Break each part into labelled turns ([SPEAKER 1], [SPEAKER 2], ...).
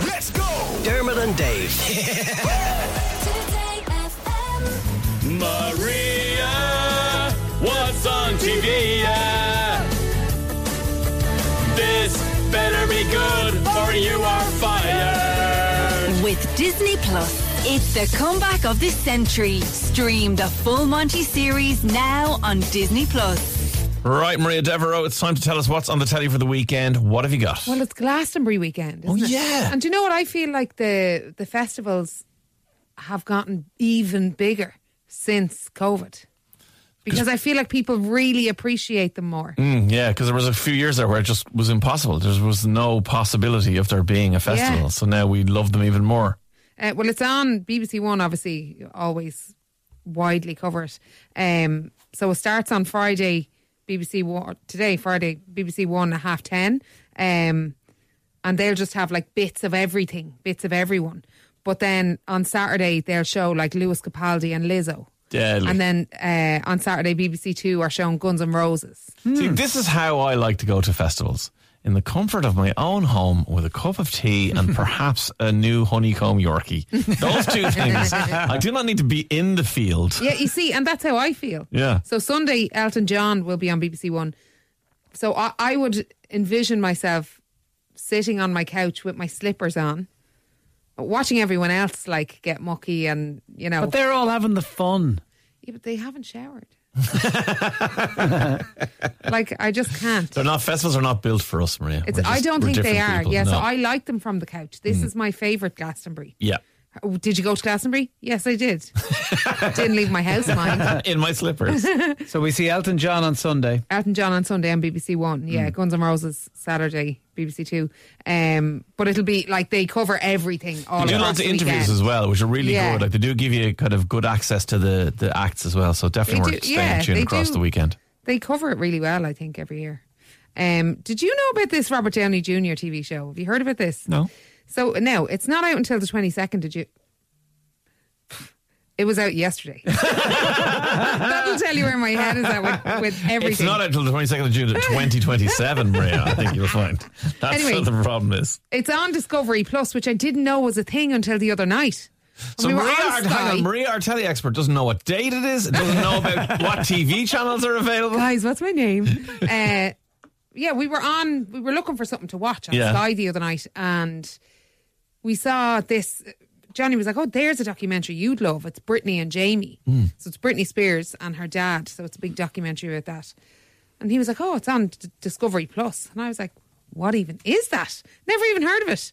[SPEAKER 1] Let's go!
[SPEAKER 2] Dermot and Dave.
[SPEAKER 3] Today FM.
[SPEAKER 4] Maria, what's on TV? This better be good or you are fired.
[SPEAKER 5] With Disney Plus, it's the comeback of the century. Stream the full Monty series now on Disney Plus.
[SPEAKER 6] Right, Maria Devereaux, it's time to tell us what's on the telly for the weekend. What have you got?
[SPEAKER 7] Well, it's Glastonbury weekend.
[SPEAKER 6] Oh,
[SPEAKER 7] Isn't it?
[SPEAKER 6] yeah.
[SPEAKER 7] And do you know what I feel like the the festivals have gotten even bigger since COVID. Because I feel like people really appreciate them more.
[SPEAKER 6] Mm, yeah, because there was a few years there where it just was impossible. There was no possibility of there being a festival.
[SPEAKER 7] Yeah.
[SPEAKER 6] So now we love them even more.
[SPEAKER 7] Uh, well, it's on BBC One, obviously, always widely covered. Um, so it starts on Friday, BBC One, today, Friday, BBC One at half 10. Um, and they'll just have like bits of everything, bits of everyone. But then on Saturday, they'll show like Lewis Capaldi and Lizzo.
[SPEAKER 6] Deadly.
[SPEAKER 7] And then uh, on Saturday, BBC Two are showing Guns N' Roses.
[SPEAKER 6] See, this is how I like to go to festivals in the comfort of my own home with a cup of tea and perhaps a new honeycomb Yorkie. Those two things. I do not need to be in the field.
[SPEAKER 7] Yeah, you see, and that's how I feel.
[SPEAKER 6] Yeah.
[SPEAKER 7] So Sunday, Elton John will be on BBC One. So I, I would envision myself sitting on my couch with my slippers on, watching everyone else like get mucky and you know.
[SPEAKER 6] Oh.
[SPEAKER 8] But they're all having the fun.
[SPEAKER 7] yeah, but they haven't showered. like I just can't.
[SPEAKER 6] They're not festivals are not built for us, Maria.
[SPEAKER 7] It's,
[SPEAKER 6] We're
[SPEAKER 7] I
[SPEAKER 6] just-
[SPEAKER 7] don't
[SPEAKER 6] we're
[SPEAKER 7] think they
[SPEAKER 6] different
[SPEAKER 7] are.
[SPEAKER 6] people.
[SPEAKER 7] yeah, so
[SPEAKER 6] No. Mm.
[SPEAKER 7] I like them from the couch. This is my favorite Glastonbury.
[SPEAKER 6] yeah.
[SPEAKER 7] Oh, Did you go to Glastonbury? Yes, I did. Didn't leave my house, mind.
[SPEAKER 6] In my slippers.
[SPEAKER 8] Uh, So we see Elton John on Sunday.
[SPEAKER 7] Elton John on Sunday on BBC One.
[SPEAKER 6] Hmm.
[SPEAKER 7] Yeah, Guns N' Roses Saturday, BBC Two. Um, but it'll be like they cover everything. All
[SPEAKER 6] They do
[SPEAKER 7] across
[SPEAKER 6] lots of
[SPEAKER 7] the
[SPEAKER 6] interviews
[SPEAKER 7] weekend.
[SPEAKER 6] as well, which are really
[SPEAKER 7] Yeah.
[SPEAKER 6] good. Like they do give you kind of good access to the, the acts as well. So definitely
[SPEAKER 7] They
[SPEAKER 6] worth
[SPEAKER 7] do-
[SPEAKER 6] staying
[SPEAKER 7] yeah,
[SPEAKER 6] tuned
[SPEAKER 7] they
[SPEAKER 6] across
[SPEAKER 7] do.
[SPEAKER 6] the weekend.
[SPEAKER 7] They cover it really well, I think, every year. Um, did you know about this Robert Downey Jr. TV show? Have you heard about this?
[SPEAKER 6] No.
[SPEAKER 7] So no, it's not out until the twenty second. Did you? It was out yesterday. That'll tell you where my head is at with, with everything.
[SPEAKER 6] It's not until the 22nd of June 2027, Maria, I think you'll find. That's
[SPEAKER 7] Anyway.
[SPEAKER 6] what the problem is.
[SPEAKER 7] It's on Discovery Plus, which I didn't know was a thing until the other night. And
[SPEAKER 6] So
[SPEAKER 7] we were
[SPEAKER 6] Maria,
[SPEAKER 7] on
[SPEAKER 6] our,
[SPEAKER 7] Sky.
[SPEAKER 6] hang on, Maria, our telly expert, doesn't know what date it is, doesn't know about what TV channels are available.
[SPEAKER 7] guys, what's my name? uh, yeah, we were on. We were looking for something to watch on
[SPEAKER 6] Yeah.
[SPEAKER 7] Sky the other night, and we saw this. Johnny was like, "Oh, there's a documentary you'd love. It's Britney and Jamie.
[SPEAKER 6] Hmm.
[SPEAKER 7] So it's Britney Spears and her dad. So it's a big documentary about that." And he was like, "Oh, it's on D- Discovery Plus," and I was like, "What even is that? Never even heard of it."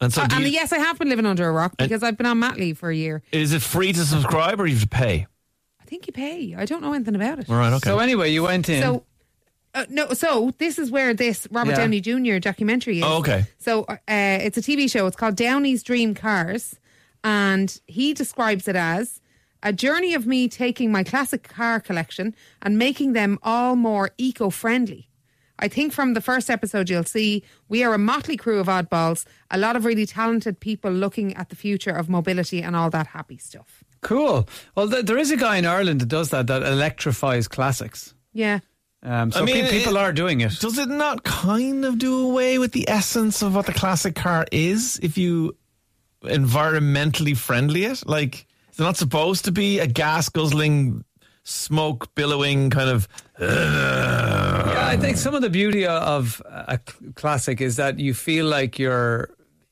[SPEAKER 6] And so,
[SPEAKER 7] Uh,
[SPEAKER 6] do
[SPEAKER 7] and
[SPEAKER 6] you-
[SPEAKER 7] yes, I have been living under a rock because I've been on mat leave for a year.
[SPEAKER 6] is it free to subscribe or you have to pay?
[SPEAKER 7] I think you pay. I don't know anything about it.
[SPEAKER 6] All right, okay.
[SPEAKER 8] So anyway, you went in.
[SPEAKER 7] So, uh, no, so this is where this Robert
[SPEAKER 8] Yeah.
[SPEAKER 7] Downey Jr. documentary is.
[SPEAKER 6] Oh, okay.
[SPEAKER 7] So uh, it's a TV show. It's called Downey's Dream Cars, and he describes it as a journey of me taking my classic car collection and making them all more eco-friendly. I think from the first episode you'll see we are a motley crew of oddballs, a lot of really talented people looking at the future of mobility and all that happy stuff.
[SPEAKER 8] cool. Well, th- there is a guy in Ireland that does that, that electrifies classics.
[SPEAKER 7] Yeah.
[SPEAKER 8] Um, so
[SPEAKER 6] I mean,
[SPEAKER 8] pe- people
[SPEAKER 6] it-
[SPEAKER 8] are doing it.
[SPEAKER 6] Does it not kind of do away with the essence of what the classic car is if you environmentally friendly it? Like, it's not supposed to be a gas guzzling, smoke billowing kind of.
[SPEAKER 8] Yeah, I think some of the beauty o- of a cl- classic is that you feel like you're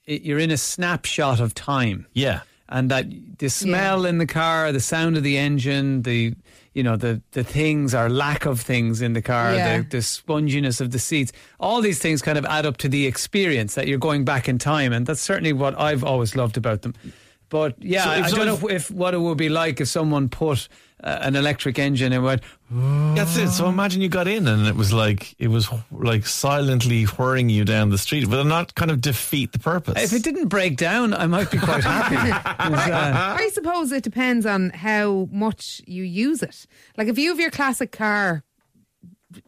[SPEAKER 8] i- you're in a snapshot of time,
[SPEAKER 6] Yeah.
[SPEAKER 8] and that the smell in the car, the sound of the engine, the you know the the things or lack of things in the car,
[SPEAKER 7] Yeah.
[SPEAKER 8] the, the sponginess of the seats, all these things kind of add up to the experience that you're going back in time, and that's certainly what I've always loved about them. But yeah,
[SPEAKER 6] So if
[SPEAKER 8] I, I don't know
[SPEAKER 6] someone-
[SPEAKER 8] if, if what it would be like if someone put uh, an electric engine and went,
[SPEAKER 6] That's it. So imagine you got in and it was like, it was wh- like silently whirring you down the street, but not kind of defeat the purpose.
[SPEAKER 8] If it didn't break down, I might be quite happy. 'Cause, uh,
[SPEAKER 7] I suppose it depends on how much you use it. Like if you have your classic car b-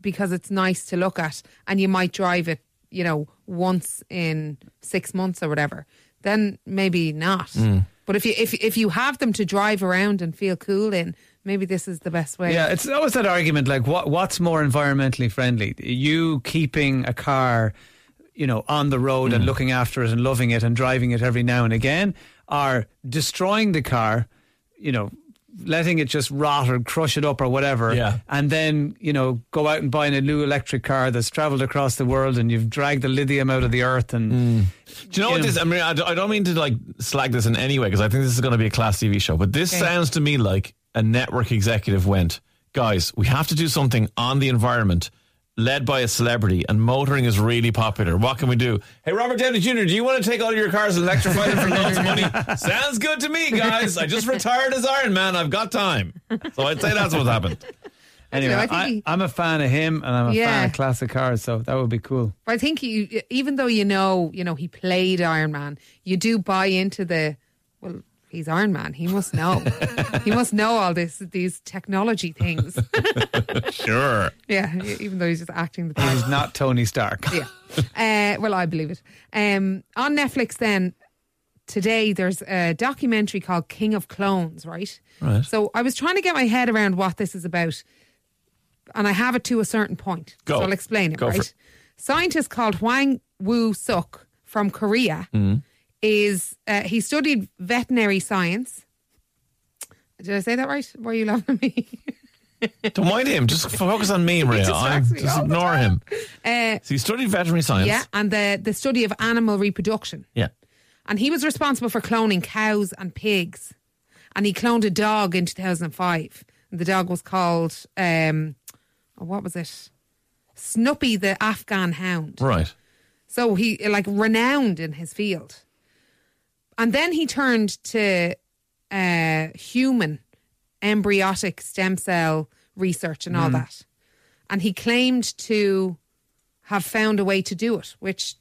[SPEAKER 7] because it's nice to look at and you might drive it, you know, once in 6 months or whatever, then maybe not. But if you if if you have them to drive around and feel cool in, maybe this is the best way.
[SPEAKER 8] yeah, it's always that argument like, what what's more environmentally friendly? You keeping a car you know, on the road and looking after it and loving it and driving it every now and again, or destroying the car, you know, letting it just rot or crush it up or whatever,
[SPEAKER 6] Yeah.
[SPEAKER 8] and then you know go out and buy a new electric car that's travelled across the world and you've dragged the lithium out of the earth and.
[SPEAKER 6] Do you know what
[SPEAKER 8] Yeah.
[SPEAKER 6] this? I mean, I d- I don't mean to like slag this in any way because I think this is going to be a class TV show. But this sounds to me like a network executive went, guys, we have to do something on the environment, led by a celebrity, and motoring is really popular. What can we do? Hey, Robert Downey Jr., do you want to take all your cars and electrify them for loads of money? Sounds good to me, guys. I just retired as Iron Man. I've got time, so I'd say that's what's happened.
[SPEAKER 8] Anyway,
[SPEAKER 7] I
[SPEAKER 8] I
[SPEAKER 7] think he-
[SPEAKER 8] am a fan of him and I'm a
[SPEAKER 7] Yeah.
[SPEAKER 8] fan of classic cars, so that would be cool.
[SPEAKER 7] But I think you, even though you know, you know, he played Iron Man, you do buy into the well. He's Iron Man. He must know. he must know all this, these technology things.
[SPEAKER 6] Sure.
[SPEAKER 7] yeah, e-, even though he's just acting the part.
[SPEAKER 8] He's not Tony Stark.
[SPEAKER 7] Yeah. Uh, well, I believe it. Um, on Netflix, then today there's a documentary called King of Clones, right? Right. So I was trying to get my head around what this is about, and I have it to a certain point.
[SPEAKER 6] Go.
[SPEAKER 7] So I'll explain it.
[SPEAKER 6] Go for
[SPEAKER 7] right.
[SPEAKER 6] it.
[SPEAKER 7] Scientist called Hwang Woo Suk from Korea
[SPEAKER 6] Mm-hmm.
[SPEAKER 7] is uh, he studied veterinary science. Did I say that right? Were you laughing at me?
[SPEAKER 6] Don't mind him. Just focus on me, Maria. I'm,
[SPEAKER 7] distracts me
[SPEAKER 6] just
[SPEAKER 7] all the
[SPEAKER 6] ignore him.
[SPEAKER 7] Uh,
[SPEAKER 6] So you studied veterinary science.
[SPEAKER 7] yeah, and the the study of animal reproduction.
[SPEAKER 6] Yeah.
[SPEAKER 7] And he was responsible for cloning cows and pigs. And he cloned a dog in 2005. And the dog was called, um, oh, what was it? Snuppy the Afghan Hound.
[SPEAKER 6] Right.
[SPEAKER 7] So he, like, renowned in his field. And then he turned to uh, human embryotic stem cell research and all that. And he claimed to have found a way to do it, which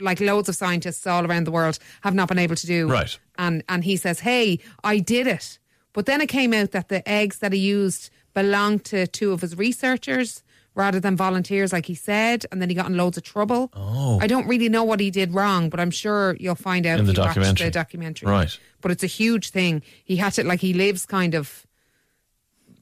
[SPEAKER 7] like loads of scientists all around the world have not been able to do.
[SPEAKER 6] Right.
[SPEAKER 7] And and he says, Hey, I did it. But then it came out that the eggs that he used belonged to two of his researchers rather than volunteers, like he said, and then he got in loads of trouble. Oh. I don't really know what he did wrong, but I'm sure you'll find out
[SPEAKER 6] In
[SPEAKER 7] if
[SPEAKER 6] the
[SPEAKER 7] you watch
[SPEAKER 6] documentary.
[SPEAKER 7] the documentary.
[SPEAKER 6] Right.
[SPEAKER 7] But it's a huge thing. He had to like he lives kind of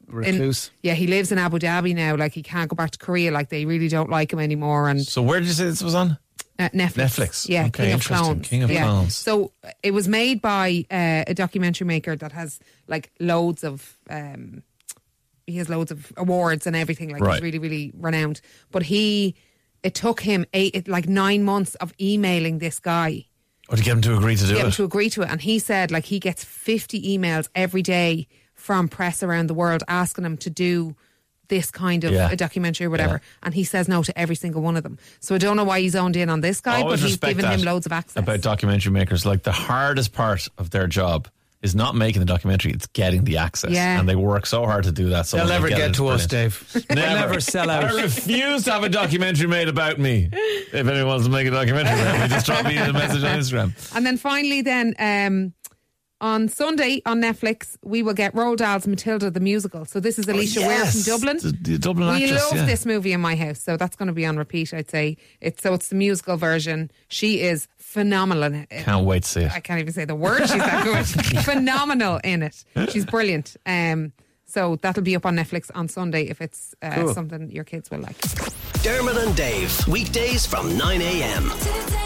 [SPEAKER 7] in-
[SPEAKER 8] Recluse.
[SPEAKER 7] yeah, he lives in Abu Dhabi now. Like he can't go back to Korea. Like they really don't like him anymore. And
[SPEAKER 6] So where did you say this was on?
[SPEAKER 7] uh, Netflix.
[SPEAKER 6] Netflix.
[SPEAKER 7] Yeah,
[SPEAKER 6] Okay,
[SPEAKER 7] King of
[SPEAKER 6] interesting.
[SPEAKER 7] Clones.
[SPEAKER 6] King of
[SPEAKER 7] yeah.
[SPEAKER 6] Clones.
[SPEAKER 7] So uh, it was made by uh, a documentary maker that has like loads of. Um, he has loads of awards and everything. Like
[SPEAKER 6] Right.
[SPEAKER 7] he's really, really renowned. But he, it took him eight, it- like nine months of emailing this guy
[SPEAKER 6] Or Oh, to get him to agree to do
[SPEAKER 7] get him
[SPEAKER 6] it.
[SPEAKER 7] to agree to it. And he said, like, he gets 50 emails every day from press around the world asking him to do this kind of
[SPEAKER 6] Yeah.
[SPEAKER 7] a documentary or whatever. And he says no to every single one of them. So I don't know why he's zoned in on this guy,
[SPEAKER 6] Always
[SPEAKER 7] but he's
[SPEAKER 6] respect
[SPEAKER 7] given
[SPEAKER 6] that
[SPEAKER 7] him loads of access.
[SPEAKER 6] about documentary makers. Like the hardest part of their job is not making the documentary; it's getting the access.
[SPEAKER 7] Yeah.
[SPEAKER 6] And they work so hard to do that. So
[SPEAKER 8] They'll
[SPEAKER 6] when they
[SPEAKER 8] never
[SPEAKER 6] it,
[SPEAKER 8] get
[SPEAKER 6] it's
[SPEAKER 8] to us,
[SPEAKER 6] brilliant.
[SPEAKER 8] Dave. They'll never sell out.
[SPEAKER 6] I refuse to have a documentary made about me. If anyone wants to make a documentary, about me, just drop me a message on Instagram.
[SPEAKER 7] and then finally, then um, on Sunday on Netflix, we will get Roald Dahl's Matilda the Musical. So this is Alicia Ware from Dublin.
[SPEAKER 6] Oh, The, the Dublin
[SPEAKER 7] we
[SPEAKER 6] actress.
[SPEAKER 7] love
[SPEAKER 6] yeah.
[SPEAKER 7] this movie in my house, so that's going to be on repeat. I'd say it's so it's the musical version. She is phenomenal in it.
[SPEAKER 6] Can't wait to see it.
[SPEAKER 7] I can't even say the word. She's that good. Phenomenal in it. She's brilliant. Um, so that'll be up on Netflix on Sunday if it's uh, something your kids will like.
[SPEAKER 1] Dermot and Dave. Weekdays from 9 a.m.
[SPEAKER 2] Today.